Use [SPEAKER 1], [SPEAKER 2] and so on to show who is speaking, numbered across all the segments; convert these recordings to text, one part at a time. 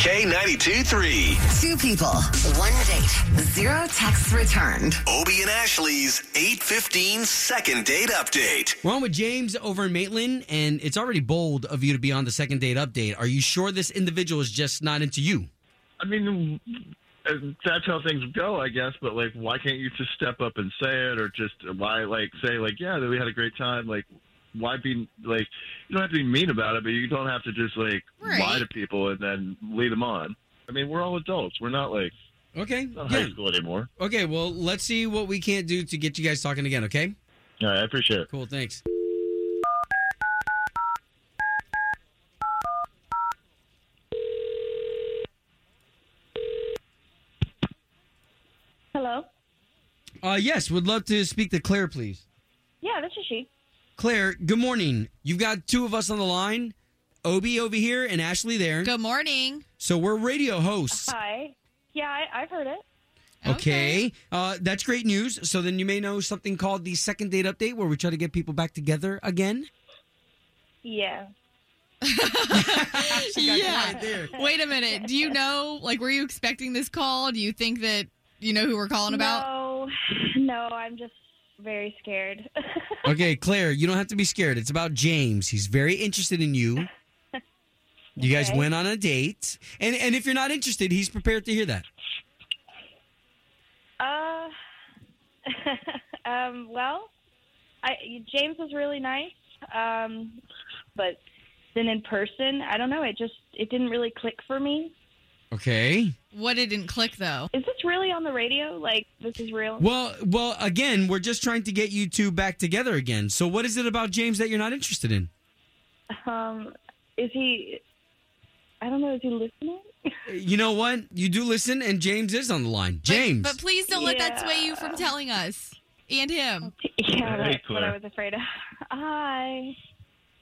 [SPEAKER 1] K92 3.
[SPEAKER 2] Two people, one date, zero texts returned.
[SPEAKER 1] Obie and Ashley's 815 second date update.
[SPEAKER 3] We're on with James over in Maitland, and it's already bold of you to be on the second date update. Are you sure this individual is just not into you?
[SPEAKER 4] I mean, uh, that's how things go, I guess. But like, why can't you just step up and say it, or just why like say like, yeah, we had a great time. Like, why be like, you don't have to be mean about it, but you don't have to just like lie to people and then lead them on. I mean, we're all adults. We're not like
[SPEAKER 3] Okay.
[SPEAKER 4] not
[SPEAKER 3] Yeah.
[SPEAKER 4] high school anymore.
[SPEAKER 3] Okay, well, let's see what we can't do to get you guys talking again, okay?
[SPEAKER 4] All right, I appreciate it.
[SPEAKER 3] Cool, thanks.
[SPEAKER 5] Hello.
[SPEAKER 3] Uh, yes, would love to speak to Claire, please.
[SPEAKER 5] Yeah, this is she.
[SPEAKER 3] Claire, good morning. You've got two of us on the line Obi over here and Ashley there.
[SPEAKER 6] Good morning.
[SPEAKER 3] So we're radio hosts.
[SPEAKER 5] Hi. Yeah, I, I've heard it.
[SPEAKER 3] Okay. Uh, that's great news. So then you may know something called the second date update where we try to get people back together again.
[SPEAKER 5] Yeah.
[SPEAKER 6] Yeah.
[SPEAKER 3] Right there.
[SPEAKER 6] Wait a minute. Do you know, like, were you expecting this call? Do you think that you know who we're calling about?
[SPEAKER 5] No, no, I'm just very scared.
[SPEAKER 3] Okay, Claire, you don't have to be scared. It's about James. He's very interested in you. You guys
[SPEAKER 5] Okay.
[SPEAKER 3] went on a date. And and if you're not interested, he's prepared to hear that.
[SPEAKER 5] uh, um, well, I, James was really nice, um, but then in person, I don't know. It just it didn't really click for me.
[SPEAKER 3] Okay.
[SPEAKER 6] What didn't click, though?
[SPEAKER 5] Is this really on the radio? Like this is real?
[SPEAKER 3] Well, well, again, we're just trying to get you two back together again. So what is it about James that you're not interested in?
[SPEAKER 5] Um, is he? I don't know. Is he listening?
[SPEAKER 3] You know what? You do listen and James is on the line. James.
[SPEAKER 6] But please don't let that sway you from
[SPEAKER 5] Yeah.
[SPEAKER 6] telling us and him.
[SPEAKER 5] yeah,
[SPEAKER 4] Hey,
[SPEAKER 5] that's what I
[SPEAKER 4] Claire.
[SPEAKER 5] was afraid of. Hi.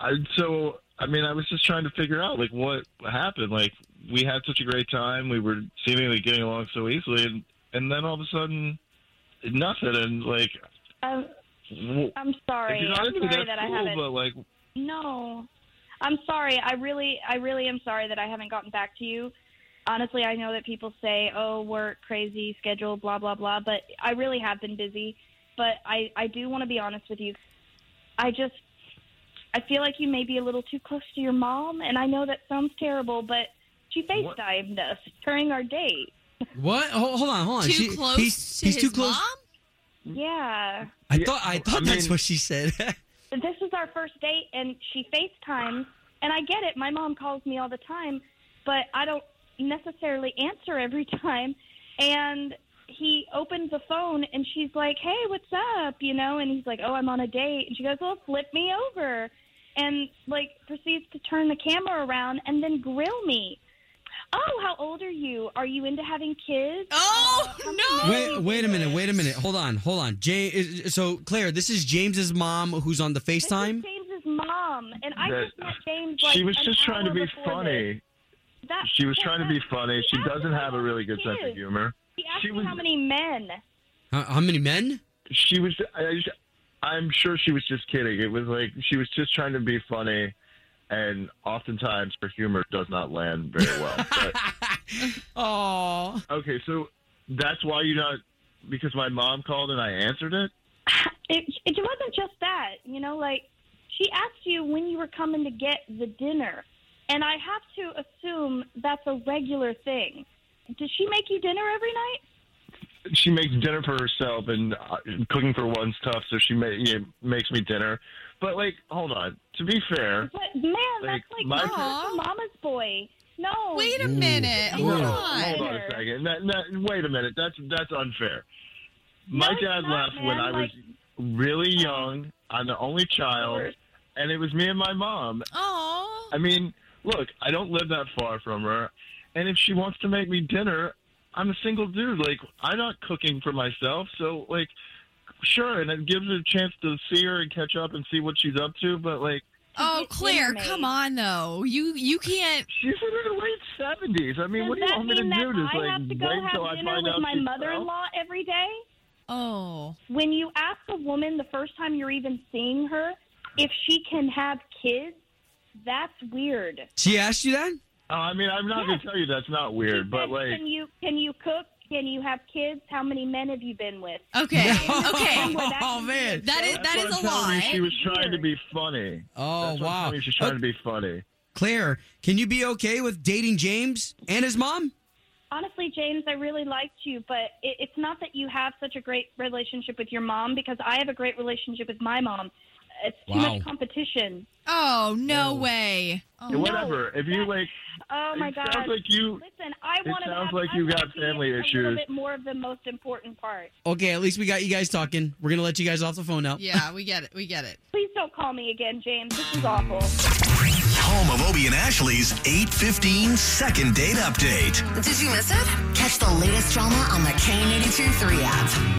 [SPEAKER 4] I, so, I mean, I was just trying to figure out like what happened. Like, we had such a great time. We were seemingly getting along so easily, and, and then all of a sudden, nothing. And like,
[SPEAKER 5] Um,
[SPEAKER 4] w-
[SPEAKER 5] I'm sorry.
[SPEAKER 4] if you're not
[SPEAKER 5] I'm
[SPEAKER 4] into
[SPEAKER 5] sorry
[SPEAKER 4] that,
[SPEAKER 5] that I
[SPEAKER 4] cool,
[SPEAKER 5] haven't.
[SPEAKER 4] But like,
[SPEAKER 5] No, I'm sorry. I really, I really am sorry that I haven't gotten back to you. Honestly, I know that people say, "Oh, work, crazy schedule, blah blah blah," but I really have been busy. But I, I do want to be honest with you. I just, I feel like you may be a little too close to your mom, and I know that sounds terrible, but she
[SPEAKER 4] What?
[SPEAKER 5] FaceTimed us during our date.
[SPEAKER 3] what? Hold, hold on, hold on.
[SPEAKER 6] Too
[SPEAKER 3] She-
[SPEAKER 6] close
[SPEAKER 3] he's,
[SPEAKER 6] to
[SPEAKER 3] he's
[SPEAKER 6] his
[SPEAKER 3] too close.
[SPEAKER 6] mom?
[SPEAKER 5] Yeah.
[SPEAKER 3] I
[SPEAKER 4] Yeah,
[SPEAKER 3] thought I
[SPEAKER 4] I
[SPEAKER 3] thought that's
[SPEAKER 4] mean-
[SPEAKER 3] what she said.
[SPEAKER 5] this is our first date and she FaceTimes and I get it, my mom calls me all the time, but I don't necessarily answer every time and he opens the phone and she's like, Hey, what's up? you know, and he's like, Oh, I'm on a date and she goes, Well, flip me over and like proceeds to turn the camera around and then grill me. Oh, how old are you? Are you into having kids?
[SPEAKER 6] Oh, no.
[SPEAKER 3] Wait, wait a minute, wait a minute. Hold on, hold on. James, so Claire, this is James's mom who's on the
[SPEAKER 5] This is
[SPEAKER 3] FaceTime.
[SPEAKER 5] James's mom, and I
[SPEAKER 4] That-
[SPEAKER 5] just met James. Like,
[SPEAKER 4] she was
[SPEAKER 5] an
[SPEAKER 4] just trying to
[SPEAKER 5] hour
[SPEAKER 4] be
[SPEAKER 5] before this.
[SPEAKER 4] funny.
[SPEAKER 5] That-
[SPEAKER 4] She was
[SPEAKER 5] that-
[SPEAKER 4] trying to be funny. She
[SPEAKER 5] asked
[SPEAKER 4] doesn't
[SPEAKER 5] me
[SPEAKER 4] have
[SPEAKER 5] how
[SPEAKER 4] a really
[SPEAKER 5] many
[SPEAKER 4] good sense of
[SPEAKER 5] kids.
[SPEAKER 4] humor.
[SPEAKER 5] He asked
[SPEAKER 4] She
[SPEAKER 5] me
[SPEAKER 4] was-
[SPEAKER 5] how many men.
[SPEAKER 3] How, how many men?
[SPEAKER 4] She was. I, I just- I'm sure she was just kidding. It was like she was just trying to be funny, and oftentimes her humor does not land very well. But,
[SPEAKER 3] Oh,
[SPEAKER 4] okay, so that's why you not because my mom called and I answered it.
[SPEAKER 5] It, it wasn't just that, you know. Like she asked you when you were coming to get the dinner, and I have to assume that's a regular thing. Does she make you dinner every night?
[SPEAKER 4] She makes dinner for herself and uh, cooking for one's tough, so she ma- yeah, makes me dinner. But like, hold on. To be fair,
[SPEAKER 5] But man, that's
[SPEAKER 4] Like,
[SPEAKER 5] like
[SPEAKER 4] my-
[SPEAKER 5] that's a mama's boy. No,
[SPEAKER 6] Wait a minute.
[SPEAKER 3] Ooh.
[SPEAKER 6] Hold
[SPEAKER 4] No,
[SPEAKER 6] on.
[SPEAKER 4] Oh, Hold on a second. That, that, wait a minute. That's that's unfair. My
[SPEAKER 5] No, it's
[SPEAKER 4] dad
[SPEAKER 5] not,
[SPEAKER 4] left when
[SPEAKER 5] man. oh.
[SPEAKER 4] I was really young. I'm the only child, and it was me and my mom.
[SPEAKER 6] Oh.
[SPEAKER 4] I mean, look, I don't live that far from her, and if she wants to make me dinner, I'm a single dude. Like, I'm not cooking for myself, so like, sure, and it gives her a chance to see her and catch up and see what she's up to. But like,
[SPEAKER 6] Oh, Claire, come on though. You you can't.
[SPEAKER 4] she's in her late seventies. I mean,
[SPEAKER 5] Does
[SPEAKER 4] what do you
[SPEAKER 5] that
[SPEAKER 4] want me to
[SPEAKER 5] mean that
[SPEAKER 4] do? Just
[SPEAKER 5] I
[SPEAKER 4] like
[SPEAKER 5] have to go
[SPEAKER 4] wait until
[SPEAKER 5] have
[SPEAKER 4] I
[SPEAKER 5] dinner
[SPEAKER 4] find
[SPEAKER 5] with
[SPEAKER 4] out
[SPEAKER 5] my
[SPEAKER 4] she's
[SPEAKER 5] mother-in-law every day?
[SPEAKER 6] Oh,
[SPEAKER 5] When you ask a woman the first time you're even seeing her if she can have kids, that's weird.
[SPEAKER 3] She asked you that?
[SPEAKER 4] Oh, I mean, I'm not going to tell you that's not weird, but like,
[SPEAKER 5] can you can you cook? Can you have kids? How many men have you been with?
[SPEAKER 6] okay, okay.
[SPEAKER 5] Where that
[SPEAKER 3] Oh,
[SPEAKER 5] can be
[SPEAKER 3] man.
[SPEAKER 5] a
[SPEAKER 6] That
[SPEAKER 5] joke.
[SPEAKER 6] is that
[SPEAKER 4] that's
[SPEAKER 6] is a
[SPEAKER 4] what I'm telling you, She
[SPEAKER 6] lie.
[SPEAKER 4] was trying to be funny.
[SPEAKER 3] Oh,
[SPEAKER 4] That's what I'm
[SPEAKER 3] wow.
[SPEAKER 4] telling you, She's trying to be funny.
[SPEAKER 3] Claire, can you be okay with dating James and his mom?
[SPEAKER 5] honestly, James, I really liked you, but it, it's not that you have such a great relationship with your mom because I have a great relationship with my mom. It's too
[SPEAKER 3] Wow.
[SPEAKER 5] much competition.
[SPEAKER 6] Oh no way. Oh,
[SPEAKER 4] Yeah, Whatever. if you
[SPEAKER 5] that-
[SPEAKER 4] like,
[SPEAKER 5] Oh my
[SPEAKER 4] it
[SPEAKER 5] god!
[SPEAKER 4] sounds like you.
[SPEAKER 5] Listen, I
[SPEAKER 4] it
[SPEAKER 5] want to.
[SPEAKER 4] sounds
[SPEAKER 5] have,
[SPEAKER 4] like
[SPEAKER 5] I
[SPEAKER 4] you
[SPEAKER 5] wanna
[SPEAKER 4] got
[SPEAKER 5] be
[SPEAKER 4] family
[SPEAKER 5] A little
[SPEAKER 4] issues.
[SPEAKER 5] bit more of the most important part.
[SPEAKER 3] Okay, at least we got you guys talking. We're gonna let you guys off the phone now.
[SPEAKER 6] Yeah, we get it. We get it.
[SPEAKER 5] Please don't call me again, James. This is awful.
[SPEAKER 1] Home of Obie and Ashley's 815 second date update.
[SPEAKER 2] Did you miss it? Catch the latest drama on the K82 3 app.